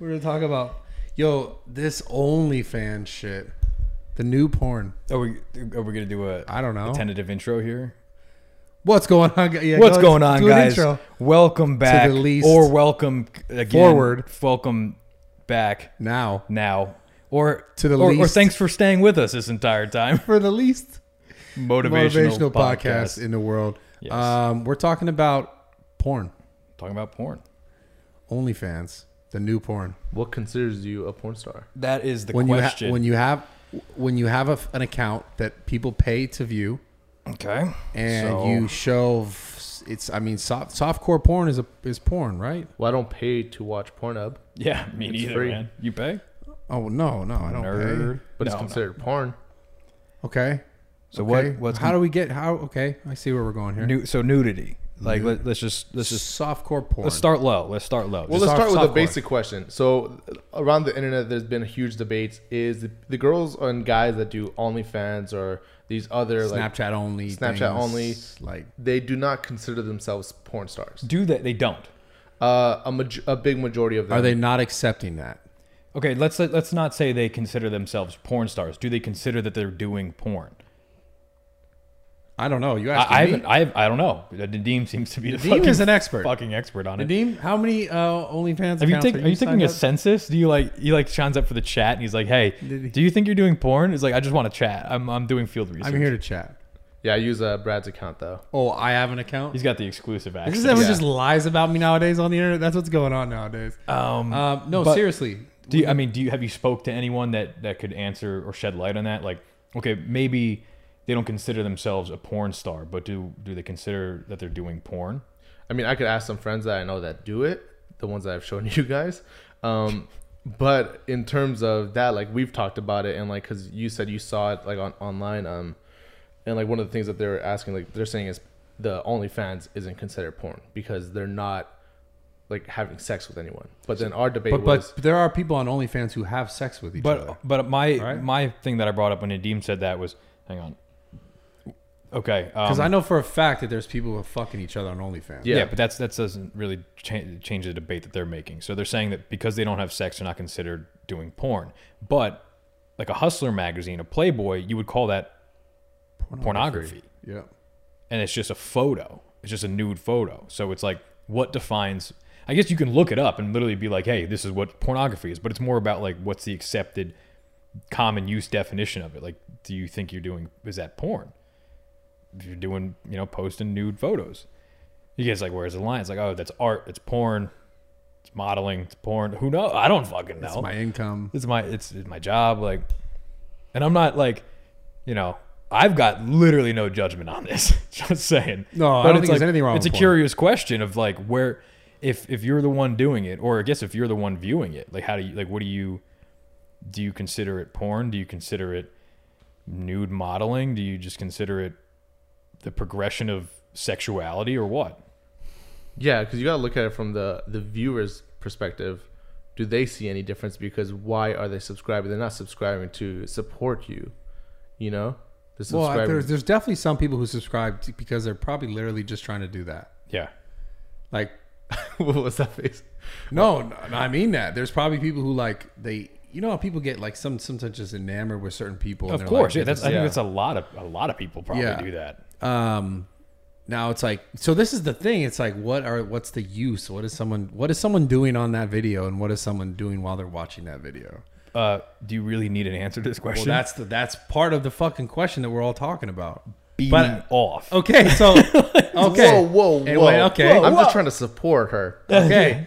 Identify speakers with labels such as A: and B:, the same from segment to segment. A: We were talking about yo this OnlyFans shit, the new porn.
B: Are we are we gonna do a
A: I don't know.
B: a tentative intro here?
A: What's going on? gu- Yeah,
B: What's
A: go-
B: going on,
A: do an
B: guys?
A: intro.
B: Welcome back,
A: least
B: or welcome again,
A: forward.
B: Welcome back
A: Now
B: now, or
A: To the
B: or, or
A: least-
B: thanks for staying with us this entire time.
A: for the least
B: Motivational,
A: motivational podcast,
B: podcast.
A: in the world,
B: Yes.
A: um, we're talking about porn,
B: Talking about porn.
A: OnlyFans, the new porn.
C: What considers you a porn star?
B: That is the
A: when
B: question.
A: you ha- when you have when you have a f an account that people pay to view
B: okay,
A: and
B: So-
A: you show f- it's I mean soft softcore porn is a is porn right?
C: Well, I don't pay to watch Pornhub,
B: yeah, me
C: It's
B: neither,
C: free.
B: man. You pay?
A: Oh no no I don't
B: Nerd,
A: pay.
C: but
B: No,
C: it's
B: no.
C: considered porn.
A: Okay.
B: So
A: okay.
B: what? What's
A: how do we get how? Okay, I see where we're going here.
B: nu- so nudity? Like let, let's just let's just
A: softcore porn.
B: let's start low. Let's start low.
C: Well,
B: Just
C: let's
B: soft-
C: start with a
B: softcore.
C: basic question. So, around the internet, there's been huge debates: is the, the girls and guys that do OnlyFans or these other like
A: Snapchat only.
C: Snapchat
A: things,
C: only.
A: Like
C: they do not consider themselves porn stars.
B: Do that? They don't.
C: Uh, a, maj- a big majority of them
A: are they not accepting that?
B: Okay, let's let's not say they consider themselves porn stars. Do they consider that they're doing porn?
A: I don't know. You
B: I, I
A: asking me?
B: haven't. I, I don't know. Nadeem seems to be the
A: Nadeem
B: fucking,
A: is an expert.
B: fucking expert on it.
A: Nadeem, how many uh, OnlyFans?
B: Have you
A: accounts
B: take, are you taking
A: signed
B: a
A: up?
B: census? Do you like he like shines up for the chat and he's like, hey,
A: he-
B: do you think you're doing porn? He's like, I just want to chat. I'm I'm doing field research.
A: I'm here to chat.
C: Yeah, I use uh, Brad's account though.
A: Oh, I have an account.
B: He's got the exclusive
A: Because
B: access.
A: everyone
C: Yeah.
A: just lies about me nowadays on the internet. That's what's going on nowadays.
B: Um,
A: Um, no,
B: but
A: seriously.
B: do you, I mean, do you have you spoke to anyone that that could answer or shed light on that? Like, okay, maybe they don't consider themselves a porn star, but do do they consider that they're doing porn?
C: I mean, I could ask some friends that I know that do it, the ones that I've shown you guys. Um, but in terms of that, like we've talked about it, and like because you said you saw it like on online, um, and like one of the things that they were asking, like they're saying is the OnlyFans isn't considered porn because they're not like having sex with anyone. But then our debate
A: But
C: was
A: but there are people on OnlyFans who have sex with each other.
B: But um, but my
A: All right.
B: my thing that I brought up when Nadeem said that was, hang on. Okay,
A: Because
B: um,
A: I know for a fact that there's people who are fucking each other on OnlyFans.
B: Yeah.
C: Yeah.
B: but that's that doesn't really change, change the debate that they're making. So they're saying that because they don't have sex, they're not considered doing porn. But like a Hustler magazine, a Playboy, you would call that pornography,
A: Yeah.
B: and it's just a photo. It's just a nude photo. So it's like what defines. I guess you can look it up and literally be like, "Hey, this is what pornography is," but it's more about like what's the accepted, common use definition of it. Like, do you think you're doing is that porn? If you're doing, you know, posting nude photos. You guys like, where's the line? It's like, oh, that's art. It's porn. It's modeling. It's porn. Who knows? I don't fucking know.
A: It's my income.
B: It's my it's, it's my job. Like, and I'm not like, you know, I've got literally no judgment on this. Just saying.
A: No, I don't
B: it's
A: think there's anything wrong
B: It's
A: with
B: a
A: porn.
B: curious question of like where, if if you're the one doing it, or I guess if you're the one viewing it, like how do you like what do you, do you consider it porn? Do you consider it nude modeling? Do you just consider it the progression of sexuality or what?
C: Yeah, because you gotta look at it from the the viewer's perspective. Do they see any difference? Because why are they subscribing? They're not subscribing to support you. You know, they're
A: Well, I-
C: subscribing.
A: there's, there's definitely some people who subscribe to, because they're probably literally just trying to do that.
B: Yeah.
A: Like,
C: what was that face?
A: no, no, I mean that. There's probably people who like they, you know, how people get like some sometimes just enamored with certain people. and
B: Of
A: they're
B: course,
A: like,
B: yeah. That's I
C: yeah.
B: think that's a lot of a lot of people probably
A: Yeah.
B: do that.
A: um now it's like so this is the thing it's like what are what's the use what is someone what is someone doing on that video and what is someone doing while they're watching that video
B: Uh, do you really need an answer to this
A: well
B: question?
A: that's the that's part of the fucking question that we're all talking about
B: beating
A: But-
B: off.
A: okay so okay
C: Whoa, whoa, whoa.
A: And wait, okay
C: I'm
B: whoa.
C: just trying to support her.
A: okay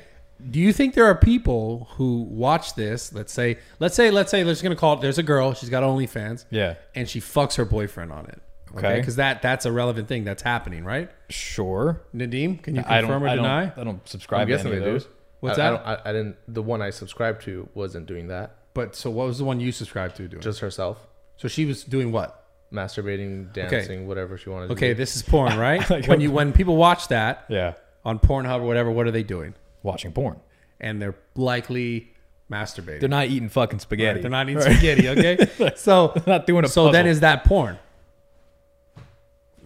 A: do you think there are people who watch this let's say let's say let's say there's gonna call it there's a girl she's got onlyfans
B: Yeah.
A: and she fucks her boyfriend on it okay
B: Okay.
A: because that that's a relevant thing that's happening right
B: Sure.
A: nadim can you
B: I don't.
A: confirm or
B: I don't,
A: deny
B: I don't subscribe
C: I'm
B: to any
C: guessing they
B: of
C: do.
B: those.
A: What's
C: I, I,
A: that?
C: don't, I, I didn't. The one I subscribed to wasn't doing that.
A: But so what was the one you subscribed to doing?
C: Just herself,
A: so she was doing what?
C: masturbating, dancing, whatever she wanted.
A: Okay,
C: to do.
A: this is porn, right? when you when people watch that
B: Yeah.
A: on Pornhub or whatever, what are they doing?
B: Watching porn.
A: And they're likely masturbating.
B: They're not eating fucking spaghetti.
A: They're not eating spaghetti, okay? so
B: They're not doing a
A: so then
B: puzzle.
A: is that porn?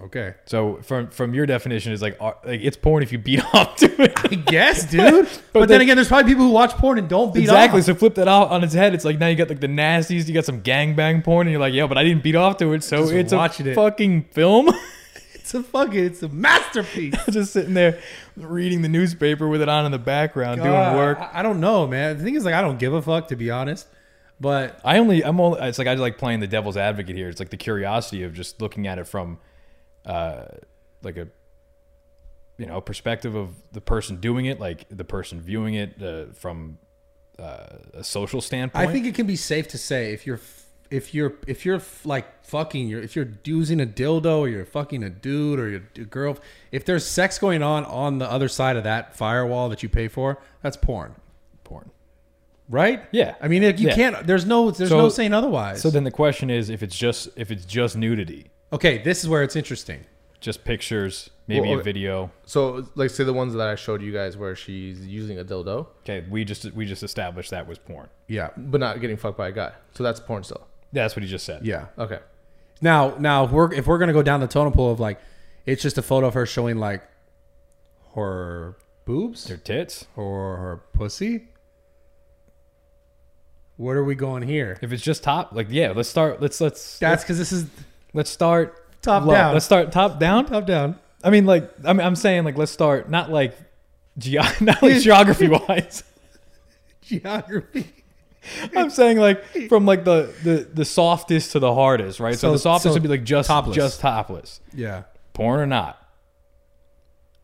A: Okay.
B: So from from your definition, it's like uh, like it's porn if you beat off to it.
A: I guess, dude. but, then,
B: then-
A: again, there's probably people who watch porn and don't beat
B: exactly.
A: off.
B: So flip that out on its head. It's like now you got like the nasties. You got some gangbang porn, and you're like, yo, but I didn't beat off to it, so
A: Just
B: it's a
A: watching it.
B: fucking film.
A: It's a fucking, it's a masterpiece.
B: Just sitting there reading the newspaper with it on in the background,
A: God,
B: doing work.
A: I, I don't know, man. The thing is, like, I don't give a fuck to be honest. But
B: I only I'm only it's like I like playing the devil's advocate here. It's like the curiosity of just looking at it from uh like a you know, perspective of the person doing it, like the person viewing it uh, from uh, a social standpoint.
A: I think it can be safe to say if you're f- if you're if you're f- like fucking you're if you're using a dildo or you're fucking a dude or your a girl if there's sex going on on the other side of that firewall that you pay for that's porn
B: porn.
A: right
B: Yeah.
A: I mean if you
B: Yeah.
A: can't there's no there's
B: So-
A: no saying otherwise
B: So then the question is if it's just if it's just nudity,
A: okay this is where it's interesting
B: just pictures, maybe
C: Well,
B: a video.
C: So, like, say the ones that I showed you guys where she's using a dildo,
B: Okay, we just we just established that was porn.
A: yeah
C: but not getting fucked by a guy. So that's porn still.
B: Yeah, that's what he just said.
A: yeah
C: Okay.
A: Now, now, if we're if we're gonna go down the totem pole of like, it's just a photo of her showing like her boobs
B: Their tits.
A: or her pussy. What are we going here?
B: If it's just top, like yeah, let's start. Let's let's
A: That's because this is
B: Let's start
A: Top
B: low.
A: down.
B: Let's start top down.
A: top down.
B: I mean, like I mean, I'm saying like let's start not like ge- not like geography wise.
A: Geography.
B: I'm saying like from like the the the softest to the hardest, right? So,
A: So-
B: the softest
A: so
B: would be like just
A: topless.
B: just topless,
A: Yeah.
B: porn or not.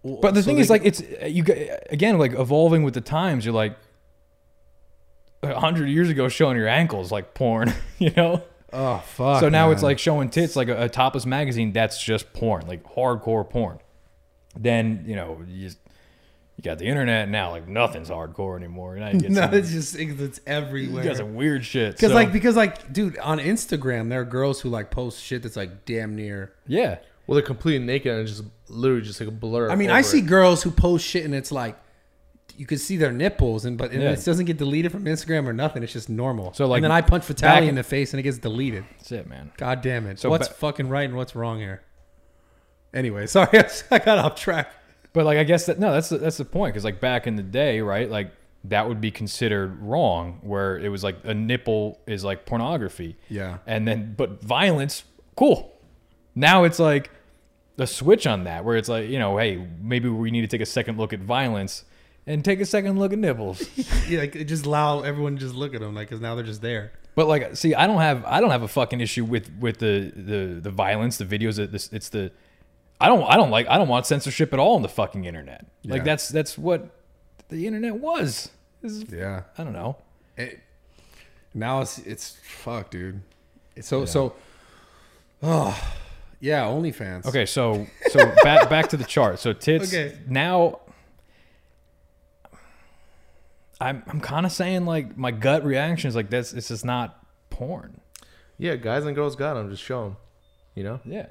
B: But the
A: So
B: thing
A: they-
B: is, like, it's uh, you g- again, like evolving with the times. You're like a hundred years ago, showing your ankles like porn, you know.
A: oh fuck.
B: So now
A: man.
B: it's like showing tits, like a, a topless magazine. That's just porn, like hardcore porn. Then you know you, you got the internet now. Like nothing's hardcore anymore. Now you get
A: no,
B: some,
A: it's just it's everywhere.
B: you got some weird shit.
A: Because
B: so-
A: like because like dude on Instagram there are girls who like post shit that's like damn near
B: yeah,
C: Well, they're completely naked and just literally just like a blur.
A: I mean,
C: over
A: I see
C: it.
A: girls who post shit and it's like you can see their nipples and but and
B: Yeah.
A: it doesn't get deleted from Instagram or nothing. It's just normal.
B: So, like,
A: and then I punch fatality
B: back-
A: in the face and it gets deleted.
B: that's it, man.
A: God damn it!
B: So
A: what's
B: ba-
A: fucking right and what's wrong here? Anyway, sorry, I got off track.
B: But like I guess that no, that's the, that's the point. Because like back in the day, right? Like that would be considered wrong, where it was like a nipple is like pornography.
A: Yeah.
B: And then, but violence, cool. Now it's like a switch on that, where it's like, you know, hey, maybe we need to take a second look at violence and take a second look at nipples.
A: Yeah, like, it just allow everyone to just look at them, like, cause now they're just there.
B: but like, see, I don't have, I don't have a fucking issue with with the the the violence, the videos. That this, it's the, I don't, I don't like, I don't want censorship at all on the fucking internet. Like
A: Yeah.
B: that's that's what the internet was. This is,
A: Yeah.
B: I don't know.
A: It, Eh, now it's it's fuck, dude. It's so so. Oh, yeah, OnlyFans.
B: Okay, so so back back to the chart. So tits
A: Okay.
B: now. I'm I'm kind of saying like my gut reaction is like that's this is not porn.
C: Yeah, guys and girls got them. Just show them. You know?
B: Yeah.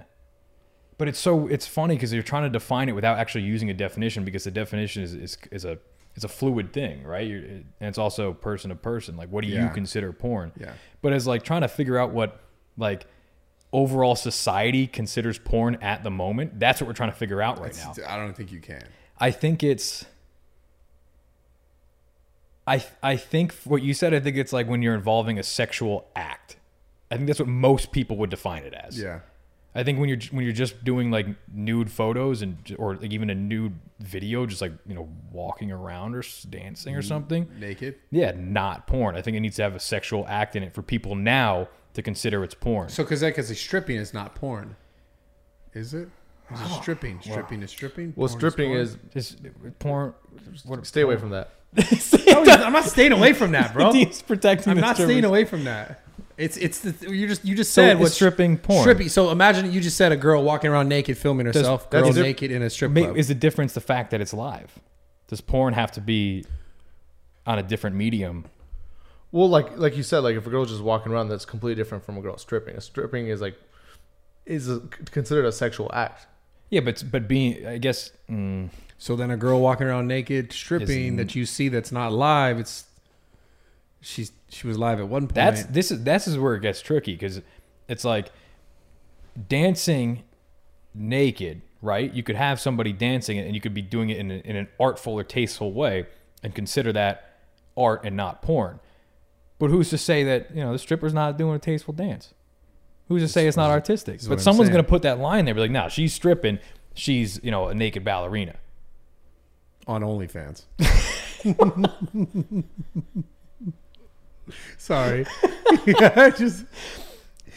B: But it's so it's funny because you're trying to define it without actually using a definition because the definition is is, is a it's a fluid thing, right? You're, and it's also person to person. Like, what do you
A: Yeah.
B: consider porn?
A: Yeah.
B: But as like trying to figure out what like overall society considers porn at the moment, that's what we're trying to figure out right now.
A: I don't think you can.
B: I think it's. I I think what you said. I think it's like when you're involving a sexual act. I think that's what most people would define it as.
A: Yeah.
B: I think when you're when you're just doing like nude photos and or like even a nude video, just like you know walking around or s- dancing
A: Mm.
B: or something.
A: Naked.
B: Yeah, not porn. I think it needs to have a sexual act in it for people now to consider it's porn.
A: So, because like, it's stripping is not porn, is it? Is it stripping? Stripping is stripping.
C: Well,
A: Porn
C: stripping
A: porn?
C: is.
B: Just porn.
C: Stay away from that.
A: No, he's- Oh, I'm not staying away from that, bro.
B: He's protecting.
A: I'm
B: the
A: not staying
B: strippers.
A: away from that. It's it's the, you just you just
B: So
A: said
B: it's
A: what
B: stripping porn.
A: Stripping. So imagine you just said a girl walking around naked filming herself,
C: that's
A: girl
C: diff-
A: naked in a strip
B: Ma-
A: club.
B: Is the difference the fact that it's live? Does porn have to be on a different medium?
C: Well, like like you said, like if a girl's just walking around, that's completely different from a girl stripping. A stripping is like is a, considered a sexual act.
B: Yeah, but but being, I guess, mm,
A: so then a girl walking around naked stripping
B: Is-
A: that you see that's not live. It's she's she was live at one point.
B: that's this is this is where it gets tricky because it's like dancing naked, right? You could have somebody dancing it and you could be doing it in, a, in an artful or tasteful way and consider that art and not porn. But who's to say that, you know, the stripper's not doing a tasteful dance? Who's to say it's not artistic?
A: what I'm
B: But someone's
A: saying.
B: going to put that line there be like, "No, she's stripping, she's, you know, a naked ballerina."
A: on OnlyFans. Sorry, I just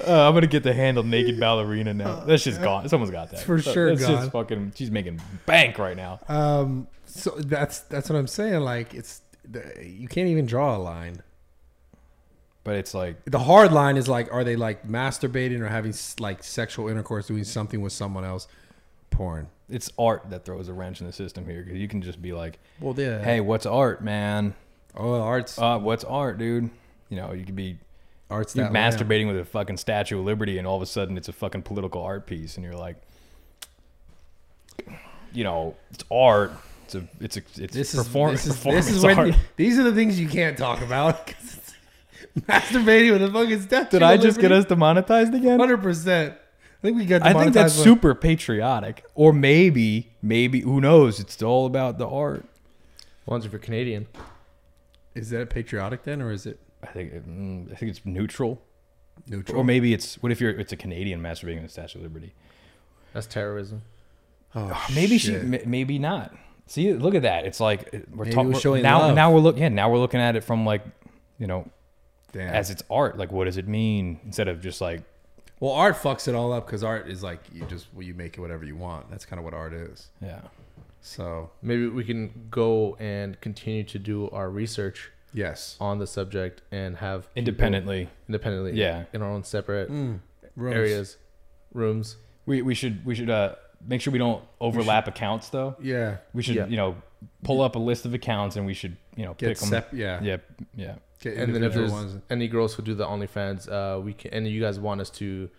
B: Uh, I'm gonna get the handle naked ballerina now. That's just gone. Someone's got that
A: for sure
B: That's
A: gone.
B: just fucking. She's making bank right now.
A: um. So that's that's what I'm saying. Like it's the- you can't even draw a line.
B: But it's like
A: The hard line is like, are they like masturbating or having s- like sexual intercourse, doing something with someone else? Porn.
B: it's art that throws a wrench in the system here because you can just be like,
A: Well, yeah.
B: "Hey, what's art, man?
A: oh, arts,
B: Uh, what's art, dude? You know, you could be
A: arts.
B: you're
A: That lamb.
B: masturbating with a fucking Statue of Liberty, and all of a sudden it's a fucking political art piece, and you're like, you know, it's art. It's a, it's a, it's
A: This is
B: perform-
A: This is,
B: performance
A: this is when
B: art.
A: you- these are the things you can't talk about. 'cause it's masturbating with a fucking statue.
B: Did I just get us demonetized again?
A: hundred percent? I think we got.
B: I think that's
A: demonetized when-
B: super patriotic. Or maybe, maybe who knows? It's all about the art.
C: Ones if you're Canadian.
A: Is that patriotic then, or is it
B: I think it- mm, I think it's neutral.
A: neutral?
B: Or maybe it's what if you're it's a Canadian masturbating on the Statue of Liberty?
C: That's terrorism.
A: oh,
B: Maybe
A: shit.
B: she, m- maybe not. See, look at that. It's like it- we're
A: Maybe
B: talking
A: we're showing
B: now.
A: love.
B: Now we're looking. Yeah, now we're looking at it from like, you know,
A: Damn.
B: as it's art. Like, what does it mean? Instead of just like,
A: well, art fucks it all up because art is like you just well, you make it whatever you want. That's kind of what art is.
B: yeah,
A: So
C: Maybe we can go and continue to do our research
A: yes,
C: on the subject and have people
B: independently.
C: independently,
B: Yeah.
C: in our own separate
A: Rooms.
C: areas, rooms.
B: We we should we should uh make sure we don't overlap accounts though.
A: Yeah,
B: We should
C: Yeah.
B: you know pull up a list of accounts and we should you know
A: get
B: pick them.
A: sep- yeah,
B: Yeah, yeah.
A: Get
C: And then if
A: individual
C: there's
A: ones.
C: any girls who do the OnlyFans, uh, we can. And you guys want us to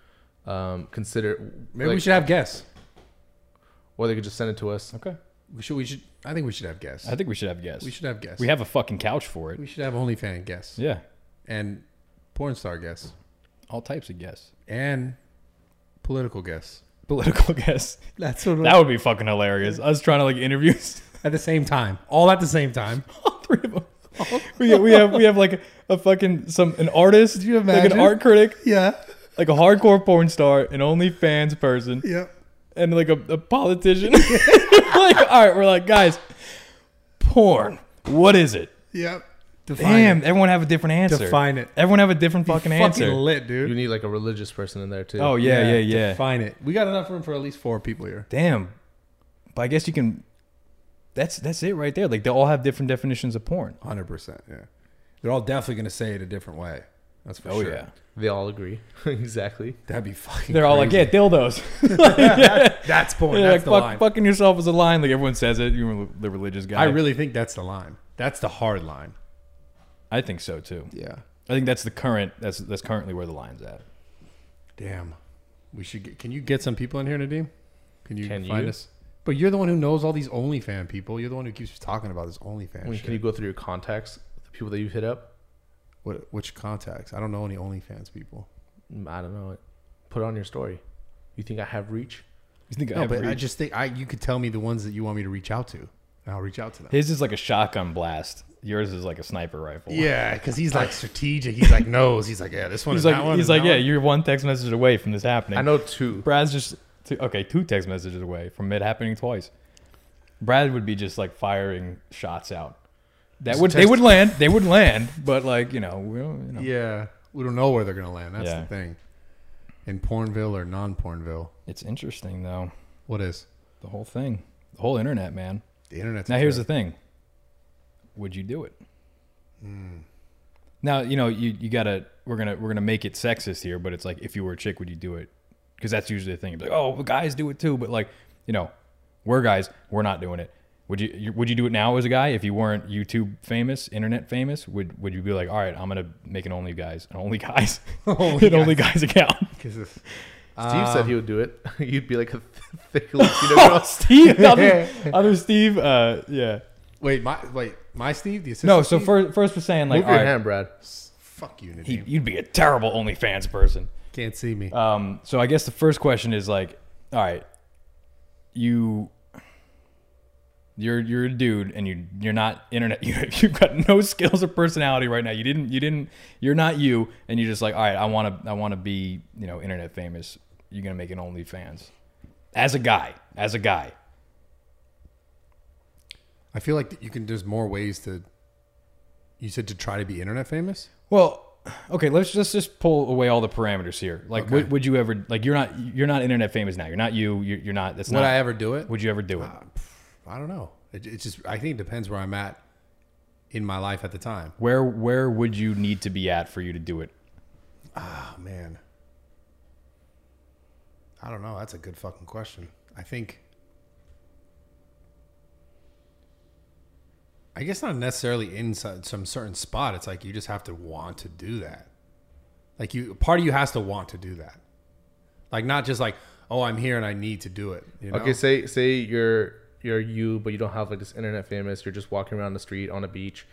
C: um, consider?
A: maybe we
C: like-
A: should have guests.
C: or they could just send it to us.
B: Okay.
A: We should. We should. I think we should have guests.
B: I think we should have guests.
A: we should have guests.
B: We have a fucking couch for it.
A: We should have OnlyFan guests
B: Yeah.
A: and porn star guests
B: All types of guests.
A: and political guests.
B: Political guests.
A: That's what
B: That would be fucking hilarious. Us trying to like interviews
A: at the same time, all at the same time.
B: all three of them. We, we have we have like a fucking some an artist,
A: you
B: like
A: imagine?
B: an art critic,
A: Yeah.
B: like a hardcore porn star, an OnlyFans person,
A: Yep.
B: and like a, a politician. like, all right, we're like, guys, porn. What is it?
A: Yep.
B: Damn, everyone have a different answer.
A: Define it.
B: Everyone have a different fucking answer.
A: Fucking lit, dude.
C: You need like a religious person in there too.
B: oh yeah, yeah, yeah.
A: Define it. We got enough room for at least four people here.
B: Damn. But I guess you can. That's that's it right there. Like they all have different definitions of porn.
A: Hundred percent. Yeah. They're all definitely gonna say it a different way. That's for
B: Oh,
A: sure.
C: they all agree exactly.
A: That'd be fucking.
B: They're all like, yeah, dildos.
A: that's porn.
B: They're like,
A: that's the
B: fuck,
A: line.
B: fucking yourself is a line. Like everyone says it. You're the religious guy.
A: I really think that's the line. That's the hard line.
B: I think so too.
A: Yeah.
B: I think that's the current. That's that's currently where the line's at.
A: Damn. We should get. Can you get some people in here, Nadim? Can you
C: Can
A: find
C: you?
A: us? But you're the one who knows all these OnlyFan people. You're the one who keeps talking about this OnlyFan
C: When-
A: shit.
B: e-
C: Can you go through your contacts, the people that you've hit up?
A: What? Which contacts? I don't know any OnlyFans people.
C: Mm, I don't know. Put it on your story. You think I have reach?
B: You think
A: No,
B: I
A: but I
B: reached-
A: just think I. You could tell me the ones that you want me to reach out to, and I'll reach out to them.
B: his is like a shotgun blast. Yours is like a sniper rifle.
A: Yeah, because he's like strategic. He's like knows. He's like yeah, this one.
B: He's
A: is
B: like
A: that one, and
B: he's like
A: that
B: yeah,
A: one."
B: you're one text message away from this happening.
C: I know two.
B: Brad's just two, okay, two text messages away from it happening twice. Brad would be just like firing shots out. That
C: Just
B: would they
C: text-
B: would land, they would land, but like you know, we don't, you know.
A: Yeah, we don't know where they're gonna land. That's
B: Yeah.
A: the thing. In Pornville or non-Pornville,
B: it's interesting though.
A: what is
B: The whole thing, the whole internet, man.
A: the internet's
B: Now here's the thing: Would you do it? Now you know you you gotta we're gonna we're gonna make it sexist here, but it's like if you were a chick, would you do it? Because that's usually the thing. It's like oh, well, guys do it too, but like you know, we're guys, we're not doing it. Would you- you would you do it now as a guy if you weren't YouTube famous, internet famous? Would would you be like, all right, I'm gonna make an only guys, an only guys,
A: Only
B: an only guys account?
A: because
C: Steve
A: Um,
C: said he would do it. You'd be like a thick Latino
B: oh,
C: girl.
B: Steve, other, other Steve, uh, yeah.
A: wait, my wait, my Steve, the assistant.
B: No, so
A: Steve?
B: first first we're saying like,
C: Move
B: all
C: your
B: right,
C: hand, Brad.
A: fuck you, Nadim.
B: he, Uh, you'd be a terrible OnlyFans person.
A: can't see me.
B: Um, so I guess the first question is like, all right, you you're you're a dude and you you're not internet you, you've got no skills or personality right now you didn't you didn't you're not you and you're just like all right i want to i want to be you know internet famous you're gonna make an onlyfans as a guy as a guy
A: I feel like you can. There's more ways to. You said to try to be internet famous.
B: Well, okay, let's let's just pull away all the parameters here. Like,
A: Okay.
B: would, would you ever like you're not you're not internet famous now. You're not you. You're, you're not. That's
A: Would
B: not.
A: I ever do it?
B: would you ever do it?
A: I don't know. It, it just. I think it depends where I'm at in my life at the time.
B: where where would you need to be at for you to do it?
A: Oh man. I don't know. That's a good fucking question. I think. I guess not necessarily inside some certain spot. It's like you just have to want to do that. Like you, part of you has to want to do that. Like not just like, oh, I'm here and I need to do it. You know?
C: Okay, say say you're you're you, but you don't have like this internet famous. You're just walking around the street on a beach.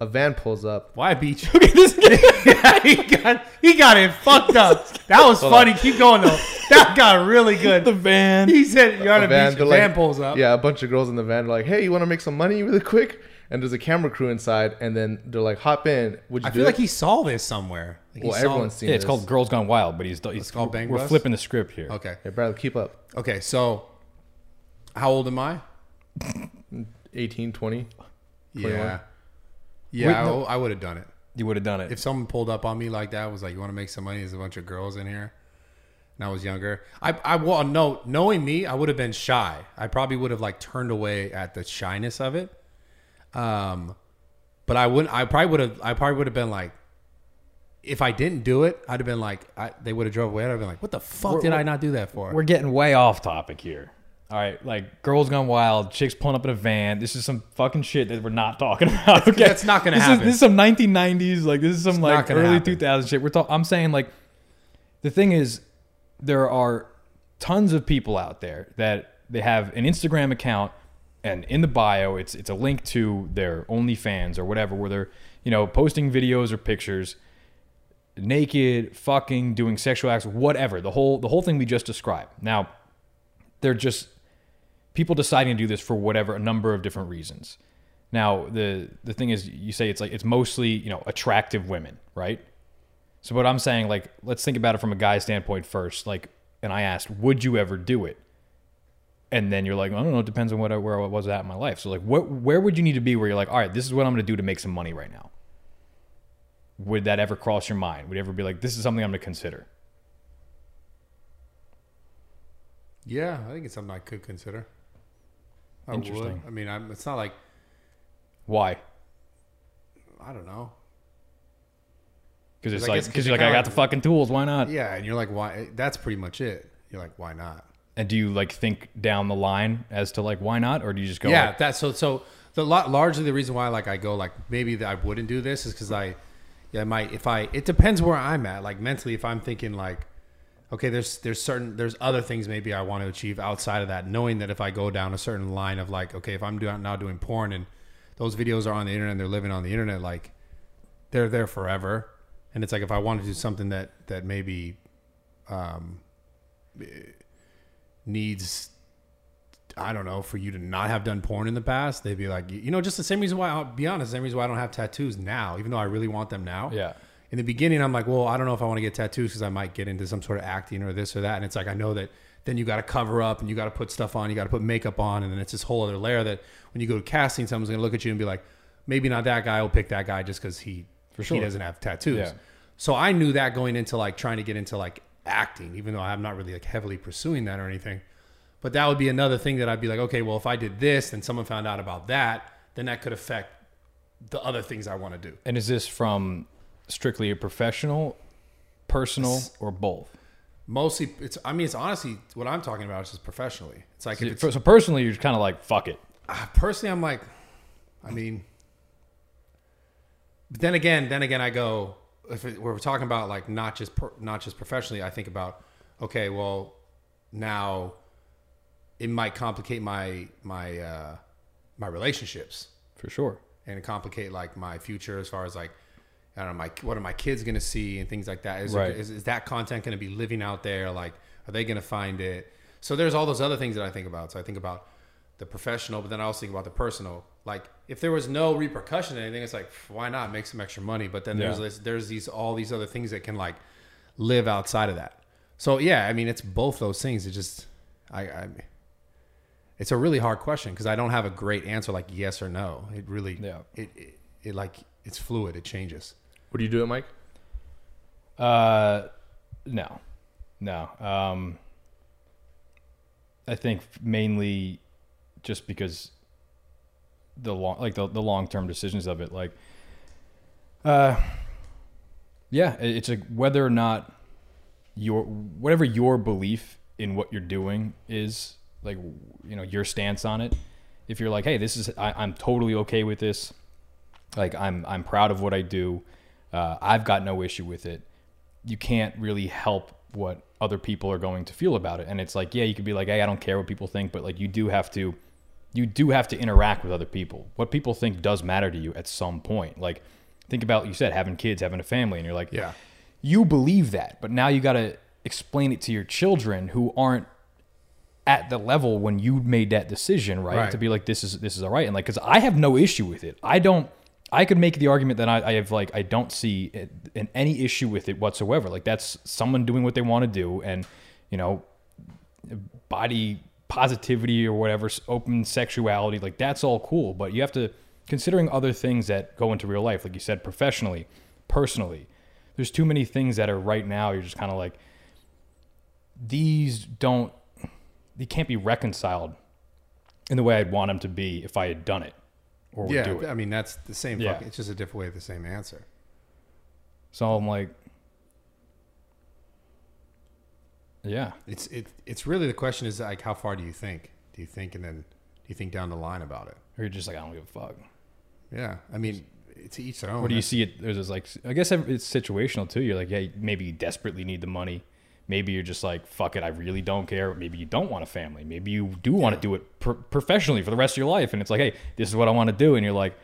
C: A van pulls up.
A: Why beach? Okay, this he got he got it fucked up. That was funny. Keep going though. That got really good.
B: van.
A: He said you're on a,
C: van,
A: beach.
C: they're
A: Van
C: like-
A: pulls up.
C: Yeah, a bunch of girls in the van are like, "Hey, you want to make some money really quick?" And there's a camera crew inside, and then they're like, "Hop in." Would you
A: I
C: do
A: feel
C: it?
A: like he saw this somewhere. Like he
C: well,
A: saw-
C: everyone's seen
B: Yeah, it's
C: this.
B: called Girls Gone Wild, but he's, he's
A: called Bang
B: We're
A: Bus?
B: flipping the script here.
A: Okay.
C: Hey, Bradley, keep up.
A: Okay. So, how old am I?
C: 18, 20.
A: Yeah.
C: 21.
A: Yeah,
B: Wait,
A: I-
B: no.
A: I would have done it.
B: You would have done it.
A: if someone pulled up on me like that was like you want to make some money there's a bunch of girls in here and i was younger i i well no knowing me i would have been shy i probably would have like turned away at the shyness of it um but i wouldn't i probably would have i probably would have been like if i didn't do it i'd have been like I, they would have drove away i'd have been like what the fuck
B: We're-
A: did i
B: we're-
A: not do that for
B: We're getting way off topic here. All right, like girls gone wild, chicks pulling up in a van. This is some fucking shit that we're not talking about. Okay,
A: That's not gonna
B: This is-
A: happen.
B: this is some 1990s, like this is some
A: not
B: like
A: gonna
B: early
A: happen.
B: 2000s shit. We're talking. I'm saying like the thing is, there are tons of people out there that they have an Instagram account, and in the bio, it's it's a link to their OnlyFans or whatever, where they're you know posting videos or pictures naked, fucking, doing sexual acts, whatever. The whole the whole thing we just described. Now, they're just people deciding to do this for whatever a number of different reasons. Now, the the thing is you say it's like it's mostly, you know, attractive women, right? So what I'm saying like let's think about it from a guy's standpoint first, like and I asked, "Would you ever do it?" And then you're like, "I don't know, it depends on what I, where I was at in my life." So like what where would you need to be where you're like, "All right, this is what I'm going to do to make some money right now." Would that ever cross your mind? Would you ever be like, "This is something I'm going to consider?"
A: Yeah, I think it's something I could consider. I would.
B: Interesting.
A: I mean, I'm, it's not like
B: Why?
A: I don't know.
B: Because it's
A: 'Cause I
B: like
A: guess-
B: because you're like
A: kinda
B: I got
A: like-
B: the fucking tools. Why not?
A: Yeah, and you're like, why? That's pretty much it. You're like, why not?
B: And do you like think down the line as to like why not, or do you just go?
A: yeah,
B: like-
A: that's so. So the lot largely the reason why like I go like maybe that I wouldn't do this is because I, yeah, my if I it depends where I'm at like mentally if I'm thinking like, okay, there's there's certain there's other things maybe I want to achieve outside of that, knowing that if I go down a certain line of like, okay, if I'm doing now doing porn and those videos are on the internet and they're living on the internet like they're there forever and it's like if i want to do something that that maybe um eh, needs i don't know for you to not have done porn in the past they'd be like you know just the same reason why i'll be honest the same reason why i don't have tattoos now even though i really want them now
B: Yeah.
A: in the beginning i'm like well i don't know if i want to get tattoos because i might get into some sort of acting or this or that and it's like i know that then you got to cover up and you got to put stuff on you got to put makeup on and then it's this whole other layer that when you go to casting someone's going to look at you and be like maybe not that guy will pick that guy just because he for
B: sure.
A: he doesn't have tattoos
B: Yeah.
A: so i knew that going into like trying to get into like acting even though i'm not really like heavily pursuing that or anything but that would be another thing that i'd be like okay well if i did this and someone found out about that then that could affect the other things i want to do
B: And is this from strictly a professional, personal, or both?
A: mostly it's i mean it's honestly what i'm talking about is just professionally it's like if it's,
B: So so personally, you're kind of like fuck it.
A: ah, personally i'm like i mean but then again then again i go if it, we're talking about like not just per, not just professionally i think about okay well now it might complicate my my uh my relationships
B: For sure.
A: and complicate like my future as far as like I don't know my what are my kids gonna see and things like that. Is,
B: Right.
A: is, is that content gonna be living out there? Like, are they gonna find it?
D: So there's all those other things that I think about. So I think about the professional, but then I also think about the personal. Like if there was no repercussion or anything, it's like pff, why not make some extra money? But then there's
B: Yeah.
D: this, there's these all these other things that can like live outside of that. So yeah, I mean it's both those things. It just I, I it's a really hard question because I don't have a great answer like yes or no. It really
B: Yeah.
D: it, it it like it's fluid. It changes.
C: Would you do it, Mike?
B: Uh, no, no. Um, I think mainly just because the long, like the, the long term decisions of it, like, uh, yeah, it- it's like whether or not your whatever your belief in what you're doing is, like, you know, your stance on it. If you're like, hey, this is I, I'm totally okay with this like I'm I'm proud of what I do. Uh, I've got no issue with it. You can't really help what other people are going to feel about it. And it's like, yeah, you could be like, hey, I don't care what people think, but like you do have to you do have to interact with other people. What people think does matter to you at some point. Like think about you said having kids, having a family, and you're like,
D: Yeah.
B: you believe that, but now you got to explain it to your children who aren't at the level when you made that decision, right?
D: Right.
B: To be like, this is this is all right, and like, because I have no issue with it. I don't. I could make the argument that I, I have like I don't see it, in any issue with it whatsoever. Like that's someone doing what they want to do, and you know, body positivity or whatever, s- open sexuality, like that's all cool. But you have to considering other things that go into real life, like you said, professionally, personally. There's too many things that are right now. You're just kind of like these don't they can't be reconciled in the way I'd want them to be if I had done it or would
D: yeah,
B: do it.
D: I mean that's the same.
B: Yeah.
D: fucking it's just a different way of the same answer.
B: So I'm like, yeah,
D: It's it. It's really the question is like, how far do you think? Do you think, and then do you think down the line about it?
B: or you're just like I don't give a fuck.
D: Yeah, I mean, to each their own.
B: Or do you see it? There's this like, I guess it's situational too. You're like, yeah, maybe you desperately need the money. Maybe you're just like, fuck it, I really don't care. Maybe you don't want a family. Maybe you do want to do it pr- professionally for the rest of your life. And it's like, hey, this is what I want to do. And you're like,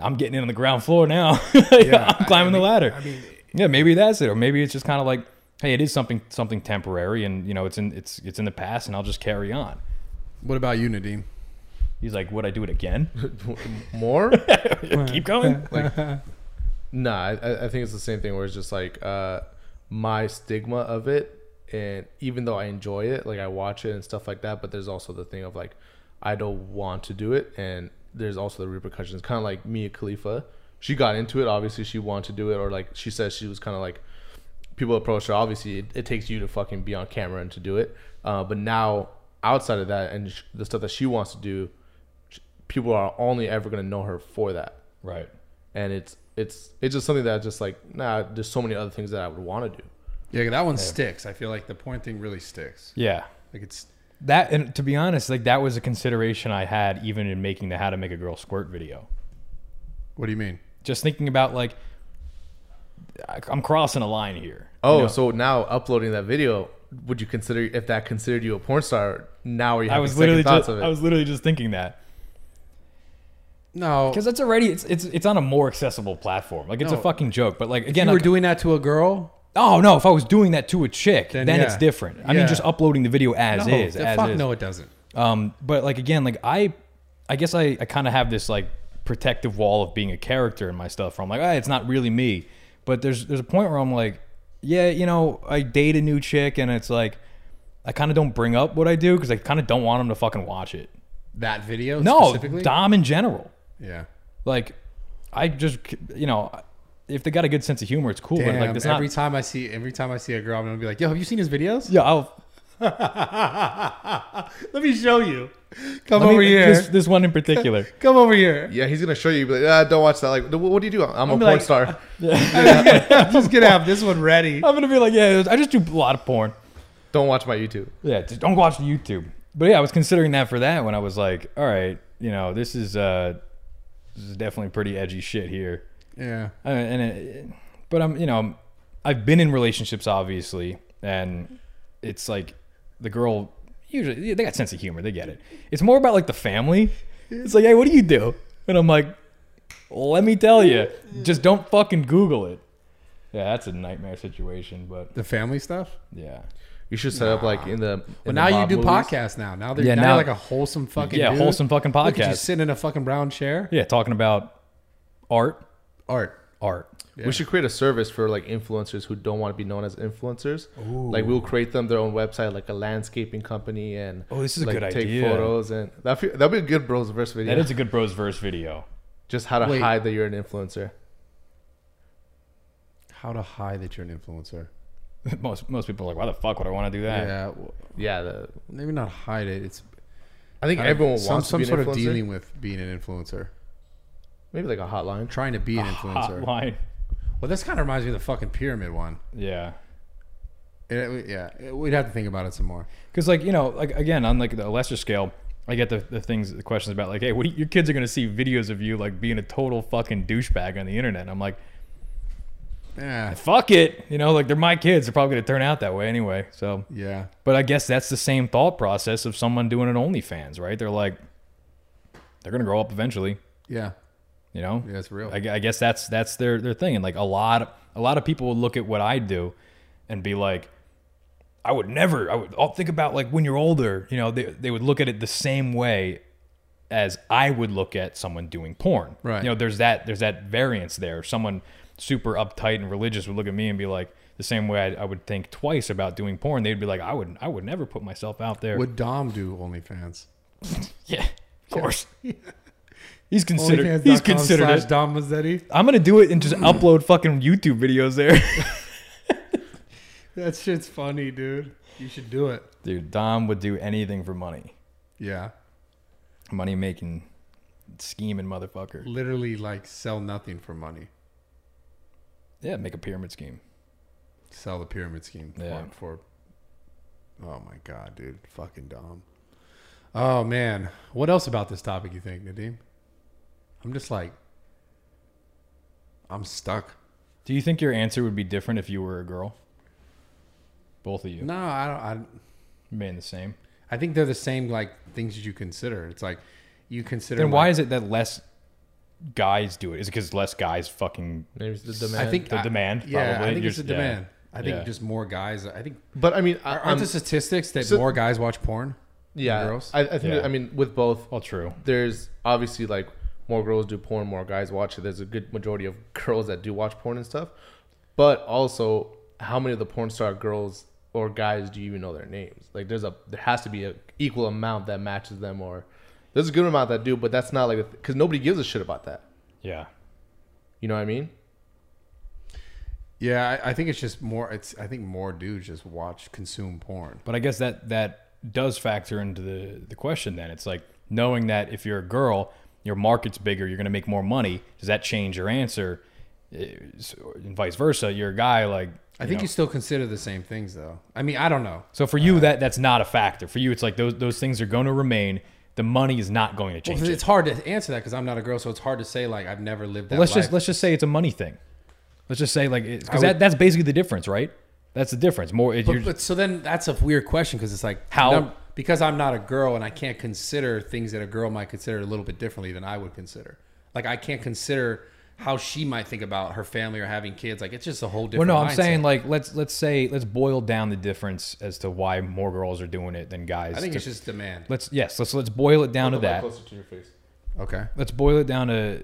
B: I'm getting in on the ground floor now. I'm climbing the ladder.
D: I mean,
B: yeah, maybe that's it. Or maybe it's just kind of like, hey, it is something something temporary, and you know, it's in it's it's in the past, and I'll just carry on.
A: What about you, Nadim?
B: He's like, would I do it again?
C: More?
B: Keep going.
C: nah, I, I I think it's the same thing where it's just like uh, my stigma of it. And even though I enjoy it, like I watch it and stuff like that, but there's also the thing of like, I don't want to do it. And there's also the repercussions. Kind of like Mia Khalifa. She got into it. Obviously, she wanted to do it. Or like she says she was kind of like, people approached her. Obviously, it, it takes you to fucking be on camera and to do it. Uh, but now, outside of that and sh- the stuff that she wants to do, sh- people are only ever going to know her for that
B: right.
C: and it's it's it's just something that just like nah there's so many other things that i would want to do
A: Yeah, that one sticks. I feel like the porn thing really sticks.
B: Yeah.
A: Like it's
B: That and to be honest, like that was a consideration I had even in making the how to make a girl squirt video.
A: what do you mean?
B: Just thinking about like I- I'm crossing a line here.
C: oh so now uploading that video would you consider if that considered you a porn star now are you
B: I
C: having
B: was
C: second
B: literally
C: thoughts
B: just,
C: of it
B: I was literally just thinking that
A: No,
B: because that's already it's, it's it's on a more accessible platform. Like it's a
A: No.
B: fucking joke, but like
A: you
B: again,
A: were
B: like,
A: doing that to a girl.
B: oh no, if I was doing that to a chick, then,
A: Then
B: it's
A: yeah.
B: different. I mean,
A: Yeah.
B: just uploading the video as
A: No,
D: Oh,
B: is,
A: the
B: as
A: fuck
B: is.
A: no, it doesn't.
B: Um, but like again, like I, I guess I, I kind of have this like protective wall of being a character in my stuff. Where I'm like, ah, it's not really me. But there's there's a point where I'm like, yeah, you know, I date a new chick, and it's like, I kind of don't bring up what I do because I kind of don't want them to fucking watch it.
A: That video
B: No,
A: specifically.
B: Dom in general.
A: yeah.
B: Like, I just you know, if they got a good sense of humor, it's cool. but like,
A: Damn,
B: it's
A: every
B: not.
A: time I see every time I see a girl, I'm gonna be like, "Yo, have you seen his videos?
B: Yeah, I'll
A: Let me show you. Come
B: let me-
A: over here.
B: This, this one in particular.
A: Come over here.
C: yeah he's gonna show you be like ah, don't watch that like what what do you do i'm a
B: be
C: porn
B: like-
C: star
A: Just gonna have this one ready.
B: I'm gonna be like, yeah, I just do a lot of porn.
C: don't watch my youtube
B: Yeah, just don't watch the YouTube. But yeah, I was considering that for that when I was like, all right, you know, this is uh this is definitely pretty edgy shit here.
A: Yeah.
B: I mean, and it, but I'm, you know, I've been in relationships obviously, and it's like the girl usually they got sense of humor, they get it. It's more about like the family. It's like, hey, what do you do? And I'm like, let me tell you, just don't fucking Google it. Yeah, that's a nightmare situation, but
A: The family stuff.
B: yeah.
C: You should set up like in the.
A: But
C: in the
A: now you
C: mob
A: do
C: movies.
A: podcasts now. Now they're
B: Yeah,
A: now,
B: now-
A: you're like a wholesome fucking
B: yeah,
A: dude.
B: wholesome fucking
A: Look at you
B: podcast.
A: sitting in a fucking brown chair.
B: Yeah, talking about art,
A: Art.
B: art.
C: We should create a service for like influencers who don't want to be known as influencers. Like we'll create them their own website, like a landscaping company, and
B: Oh, this is a
C: like,
B: good
C: take
B: idea.
C: photos and that that'd be a good bros verse video.
B: That is a good bros verse video.
C: just how to
A: Wait.
C: hide that you're an influencer.
A: How to hide that you're an influencer.
B: most most people are like, why the fuck would I want to do that?
A: Yeah, w-
C: Yeah, the,
A: maybe not hide it. It's
C: I think
A: I don't-
C: everyone
A: some
C: wants
A: some
C: to be
A: sort
C: an
A: of
C: influencer.
A: dealing with being an influencer,
C: Maybe like a hotline.
A: trying to be an influencer.
B: Hotline.
A: Well, this kind of reminds me of the fucking pyramid one.
B: Yeah.
A: It- yeah, it- we'd have to think about it some more.
B: Because like you know, like again on like the lesser scale, I get the, the things, the questions about like, hey, what do you- your kids are gonna see videos of you like being a total fucking douchebag on the internet. And I'm like,
A: Yeah,
B: fuck it, you know, like they're my kids. They're probably gonna turn out that way anyway. So,
A: yeah.
B: but I guess that's the same thought process of someone doing an OnlyFans, right? They're like, they're gonna grow up eventually,
A: Yeah,
B: you know.
A: yeah, it's real.
B: I, gu- I guess that's that's their their thing, and like a lot a lot of people will look at what I do and be like, I would never. I would. I'll think about like when you're older. You know, they they would look at it the same way as I would look at someone doing porn.
A: Right.
B: You know, there's that there's that variance there. Someone super uptight and religious would look at me and be like. The same way I, I would think twice about doing porn, they'd be like, "I would, I would never put myself out there."
A: Would Dom do OnlyFans?
B: yeah, of course. he's considered. he's
A: OnlyFans.com
B: considered.
A: slash
B: it.
A: Dom Mazzetti.
B: I'm gonna do it and just upload fucking YouTube videos there.
A: That shit's funny, dude. You should do it.
B: Dude, Dom would do anything for money.
A: Yeah,
B: Money making, scheming motherfucker.
A: literally like sell nothing for money.
B: Yeah, make a pyramid scheme.
A: Sell the pyramid scheme for,
B: Yeah.
A: for. Oh my god, dude! Fucking Dom. Oh man, what else about this topic you think, Nadim? I'm just like, I'm stuck.
B: Do you think your answer would be different if you were a girl? Both of you.
A: No, I don't. I,
B: Remain the same.
A: I think they're the same like things that you consider. It's like you consider.
B: Then why
A: like-
B: is it that less guys do it? Is it because less guys fucking.
C: Maybe it's the demand.
A: I think
B: the
A: I-
B: demand,
A: Yeah,
B: probably.
A: I think
B: You're
A: it's the
B: just- yeah.
A: demand. I think
B: Yeah.
A: just more guys. I think
C: but I mean, I,
A: aren't
C: I'm,
A: the statistics that
C: so-
A: more guys watch porn?
C: yeah,
A: girls?
C: I, I think
B: Yeah.
C: I mean with both.
B: Well, true.
C: There's obviously like more girls do porn, more guys watch it. There's a good majority of girls that do watch porn and stuff. But also, how many of the porn star girls or guys do you even know their names? Like, there's a there has to be a equal amount that matches them, or there's a good amount that do, but that's not like because nobody gives a shit about that.
B: Yeah.
C: You know what I mean?
A: Yeah, I, I think it's just more. It's I think more dudes just watch consume porn.
B: But I guess that that does factor into the the question. Then it's like knowing that if you're a girl, your market's bigger, you're going to make more money. Does that change your answer? Is- And vice versa, you're a guy like
A: I think
B: know.
A: you still consider the same things though. I mean, I don't know.
B: So for you, that that's not a factor. For you, it's like those those things are going to remain. The money is not going to change.
A: Well,
B: it.
A: it's hard to answer that because I'm not a girl, so it's hard to say like I've never lived that
B: let's
A: life.
B: just let's just say it's a money thing. Let's just say like because
A: I
B: that, that's basically the difference, right? That's the difference. More it,
A: But-
B: you're,
A: but so then that's a weird question because it's like
B: How-
A: because I'm not a girl and I can't consider things that a girl might consider a little bit differently than I would consider. Like I can't consider how she might think about her family or having kids. Like it's just a whole
B: well,
A: different.
B: no, I'm
A: mindset.
B: saying like let's let's say let's boil down the difference as to why more girls are doing it than guys.
A: I think
B: to-
A: it's just demand.
B: let's yes let's let's boil it down to that.
C: Closer to your face.
A: Okay.
B: let's boil it down to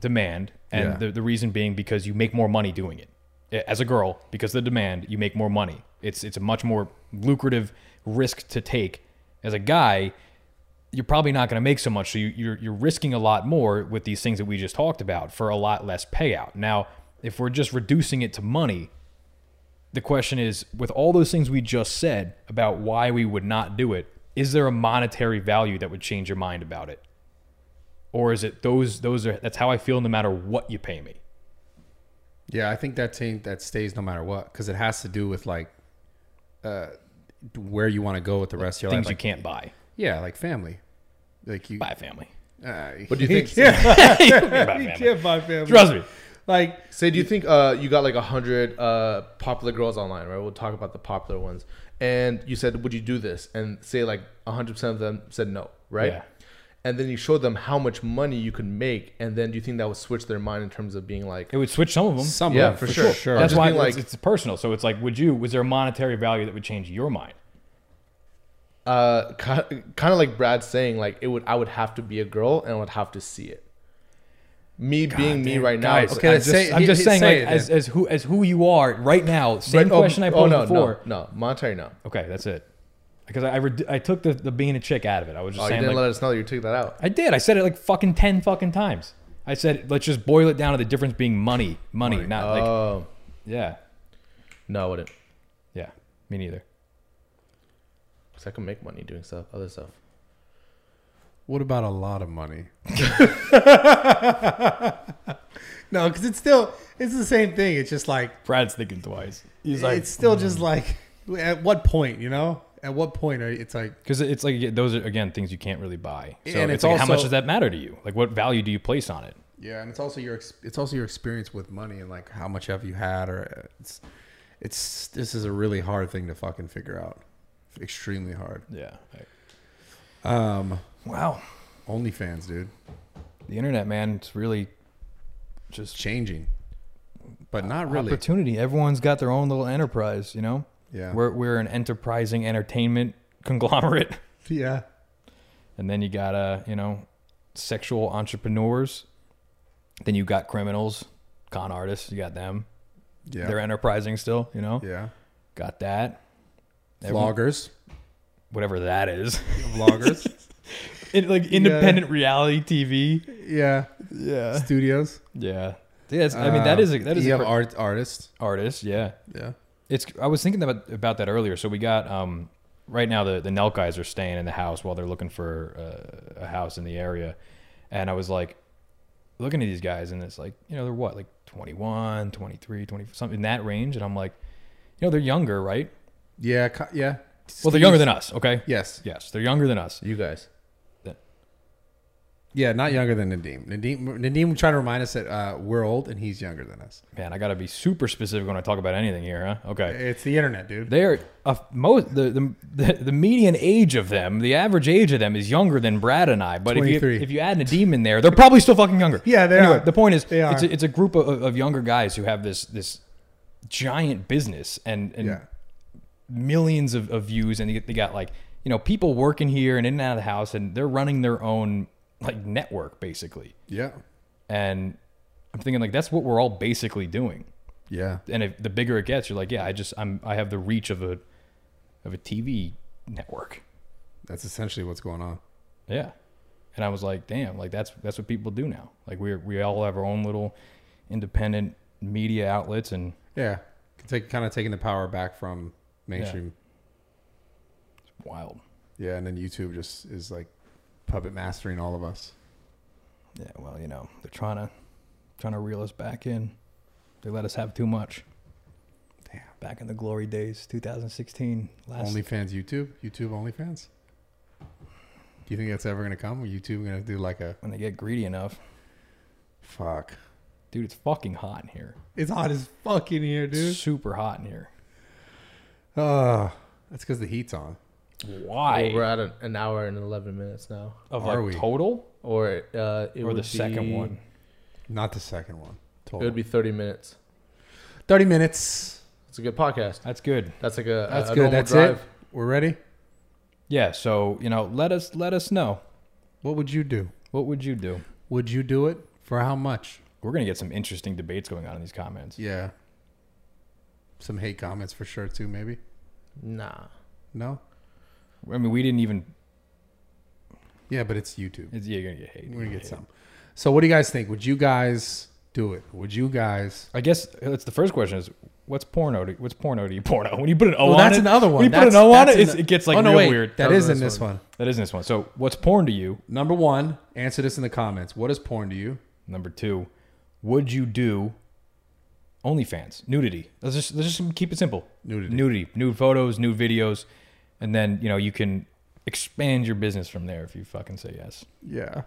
B: demand and
A: Yeah.
B: the, the reason being because you make more money doing it A- as a girl because of the demand you make more money it's it's a much more lucrative risk to take as a guy you're probably not going to make so much so you, you're, you're risking a lot more with these things that we just talked about for a lot less payout now if we're just reducing it to money the question is with all those things we just said about why we would not do it is there a monetary value that would change your mind about it or is it those those are that's how I feel no matter what you pay me?
A: Yeah, I think that thing that stays no matter what because it has to do with like uh, where you want to go with the rest of your
B: Things
A: life.
B: you
A: Like,
B: can't buy.
A: yeah, like family. Like you.
B: Buy a family.
A: Uh,
C: But do you think?
B: You can't buy a
A: you
B: family.
A: can't buy family.
B: Trust me.
A: Like
C: Say, do you think uh, you got like a hundred uh, popular girls online, right? We'll talk about the popular ones. And you said, "Would you do this?" And say like hundred percent of them said no, right?
B: Yeah.
C: and then you show them how much money you could make, and then do you think that would switch their mind in terms of being like,
B: It would switch some of them.
D: Some
C: yeah,
D: of
C: for
D: them,
C: sure. I'm
B: That's
C: just
B: why
C: being
B: it's,
C: like-
B: it's personal. So it's like, would you? Was there a monetary value that would change your mind?
C: uh, kind of like Brad saying, like it would, I would have to be a girl and I would have to see it. Me being me
B: Damn,
C: right now,
B: guys,
C: it's-
A: okay,
B: I'm
A: let's
B: just,
A: say-
B: I'm
A: he-
B: just
A: he-
B: saying,
A: say
B: like,
A: it
B: as, as who as who you are right now. Same
C: Right, oh,
B: question I
C: oh,
B: posed
C: no,
B: before.
C: No, no, monetary, no.
B: Okay, that's it. Because I I, red- I took the, the being a chick out of it. I was just
C: Oh, you
B: saying
C: didn't
B: like,
C: let us know you took that out.
B: I did. I said it like fucking ten fucking times. I said let's just boil it down to the difference being money, money, not like
C: Oh,
B: yeah,
C: no, I wouldn't.
B: yeah. Me neither.
C: Because I can make money doing stuff, other stuff.
D: What about a lot of money?
A: No, because it's still it's the same thing. It's just like
B: Brad's thinking twice. He's like
A: it's still just like mm. at what point you know at what point are you, it's like
B: because it's like yeah, those are again things you can't really buy. So
A: And it's
B: it's, like how much
A: also-
B: does that matter to you? Like what value do you place on it?
A: yeah and it's also your ex- it's also your experience with money and like how much have you had or uh, it's it's this is a really hard thing to fucking figure out extremely hard
B: Yeah.
A: um
B: Wow.
A: OnlyFans dude
B: The internet, man, it's really just
A: changing but not really
B: opportunity. Everyone's got their own little enterprise. You know.
A: yeah
B: We're we're an enterprising entertainment conglomerate.
A: yeah
B: and then you got uh you know sexual entrepreneurs then you got criminals con artists you got them
A: yeah
B: they're enterprising still you know
A: yeah
B: got that Everyone-
A: vloggers
B: whatever that is
A: vloggers
B: it, like independent reality tv
A: yeah
B: yeah
A: studios
B: yeah yeah it's, i mean that
A: Uh,
B: is a, that is
A: you
B: a
A: have
B: cr-
A: art artists
B: artist yeah
A: yeah
B: it's i was thinking about about that earlier so we got um right now the the Nelt guys are staying in the house while they're looking for uh, a house in the area and i was like looking at these guys and it's like you know they're what like 21 23 20 something in that range and i'm like you know they're younger right
A: yeah co- yeah
B: well they're younger than us okay
A: yes
B: yes they're younger than us
C: You guys.
A: Yeah, not younger than Nadim. Nadim Nadim trying to remind us that uh, we're old and he's younger than us.
B: man i gotta be super specific when i talk about anything here huh okay
A: It's the internet, dude.
B: they're uh, most the, the the the median age of them, the average age of them is younger than Brad and I. But if you
A: 23.
B: if you add Nadim in there, they're probably still fucking younger.
A: Yeah, they
B: Anyway,
A: are.
B: The point is,
A: They
B: it's
A: are.
B: a, it's a group of, of younger guys who have this this giant business and and
A: Yeah.
B: millions of, of views, and they, they got like you know people working here and in and out of the house, and they're running their own like network basically.
A: Yeah,
B: And I'm thinking like that's what we're all basically doing
A: yeah,
B: and if the bigger it gets, you're like, yeah, I just I'm I have the reach of a of a TV network.
A: that's essentially what's going on.
B: Yeah. And I was like, damn, like that's that's what people do now. Like we are we all have our own little independent media outlets and
A: Yeah, take kind of taking the power back from mainstream.
B: it's wild.
A: Yeah. and then YouTube just is like puppet mastering all of us.
B: Yeah, well, you know, they're trying to trying to reel us back in. They let us have too much.
A: Damn.
B: Back in the glory days, 2016, last
A: OnlyFans, YouTube, YouTube, OnlyFans. Do you think that's ever gonna come? YouTube gonna do like a
B: when they get greedy enough.
A: fuck?
B: Dude, it's fucking hot in here.
A: It's hot as fuck in here,
B: It's
A: dude.
B: super hot in here.
A: Ah, that's because the heat's on.
B: Why?
C: Well, we're at an, an hour and 11 minutes now.
B: of
A: are
B: like
A: we?
B: total?
C: Or uh, it
B: or
C: would
B: the second
C: be-
B: one.
A: Not the second one.
C: It
A: Total.
C: would be 30 minutes.
A: Thirty minutes.
C: It's a good podcast.
B: That's good.
C: That's like a,
A: That's
B: Uh,
C: a, a
A: good.
C: normal
A: That's
C: drive.
A: it. We're ready.
B: Yeah. So you know, let us let us know
A: What would you do?
B: what would you do.
A: Would you do it for how much?
B: We're gonna get some interesting debates going on in these comments.
A: Yeah. Some hate comments for sure too, maybe.
C: Nah.
A: No.
B: I mean, we didn't even.
A: Yeah, but it's YouTube.
B: It's, yeah, you're gonna get hate.
A: We're gonna get some. So, what do you guys think? Would you guys do it? Would you guys?
B: I guess that's the first question: is what's porno? To, what's porno to you? Porno. When you put an O
A: Well,
B: on
A: Oh, that's
B: it,
A: another one.
B: When you put
A: That's-
B: an O on
A: that's
B: it,
A: in
B: it's,
A: the-
B: it gets like
A: oh no,
B: real
A: wait.
B: weird.
A: that
C: That
A: is
C: was
A: in
C: this
A: this one.
B: that isn't this one. So what's porn to you?
A: Number one, answer this in the comments. What is porn to you?
B: Number two, would you do? OnlyFans, nudity. Let's just let's just keep it simple.
A: Nudity.
B: nudity, nude photos, nude videos, and then you know you can expand your business from there if you fucking say yes.
A: Yeah.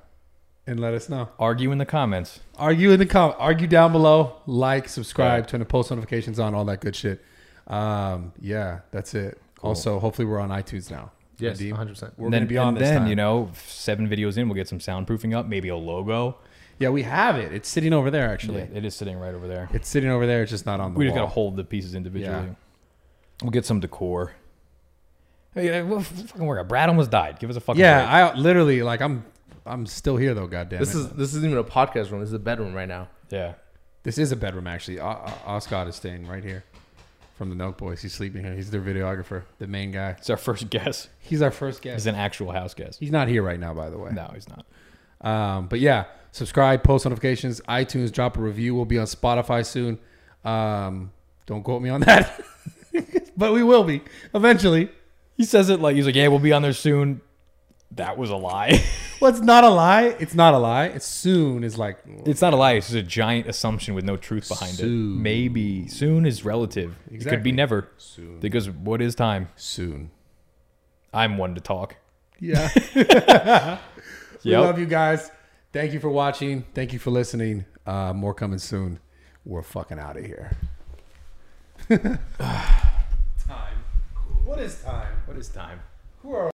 A: And let us know.
B: Argue in the comments.
A: Argue in the com. Argue down below. Like, subscribe, turn the post notifications on, all that good shit. Um, yeah, that's it. Also, hopefully, we're on iTunes now.
C: Yes,
A: Nadeem.
C: 100%.
A: We're going to be on
B: and
A: this
B: then
A: time.
B: you know, seven videos in, we'll get some soundproofing up, maybe a logo.
A: Yeah, we have it. It's sitting over there, actually.
B: it is sitting right over there.
A: It's sitting over there. It's just not on the
B: we just
A: wall.
B: gotta hold the pieces individually.
A: Yeah.
B: We'll get some decor. Hey, uh, we'll fucking work out. Brad almost died. Give us a fucking
A: yeah,
B: break.
A: I literally like I'm. I'm still here though. Goddamn
C: This
A: it.
C: is this isn't even a podcast room. This is a bedroom right now.
B: yeah.
A: This is a bedroom actually. O- O- Oscott is staying right here from the Note Boys. He's sleeping here. He's their videographer, the main guy.
B: It's our first guess.
A: He's our first guest.
B: It's an actual house guess.
A: He's not here right now, by the way.
B: No, he's not.
A: Um, but yeah, subscribe, post notifications, iTunes, drop a review. We'll be on Spotify soon. Um, don't quote me on that, but we will be eventually.
B: He says it like he's like, yeah, we'll be on there soon. That was a lie.
A: Well, it's not a lie. It's not a lie. It's soon is like
B: it's not a lie. It's just a giant assumption with no truth behind it.
A: Soon.
B: Maybe soon is relative. It could
A: Exactly.
B: be never.
A: soon.
B: Because what is time?
A: Soon.
B: I'm one to talk.
A: Yeah. We
B: Yep.
A: love you guys. Thank you for watching. Thank you for listening. Uh, more coming soon. We're fucking out of here. time. What is time?
B: What is time?
A: Who are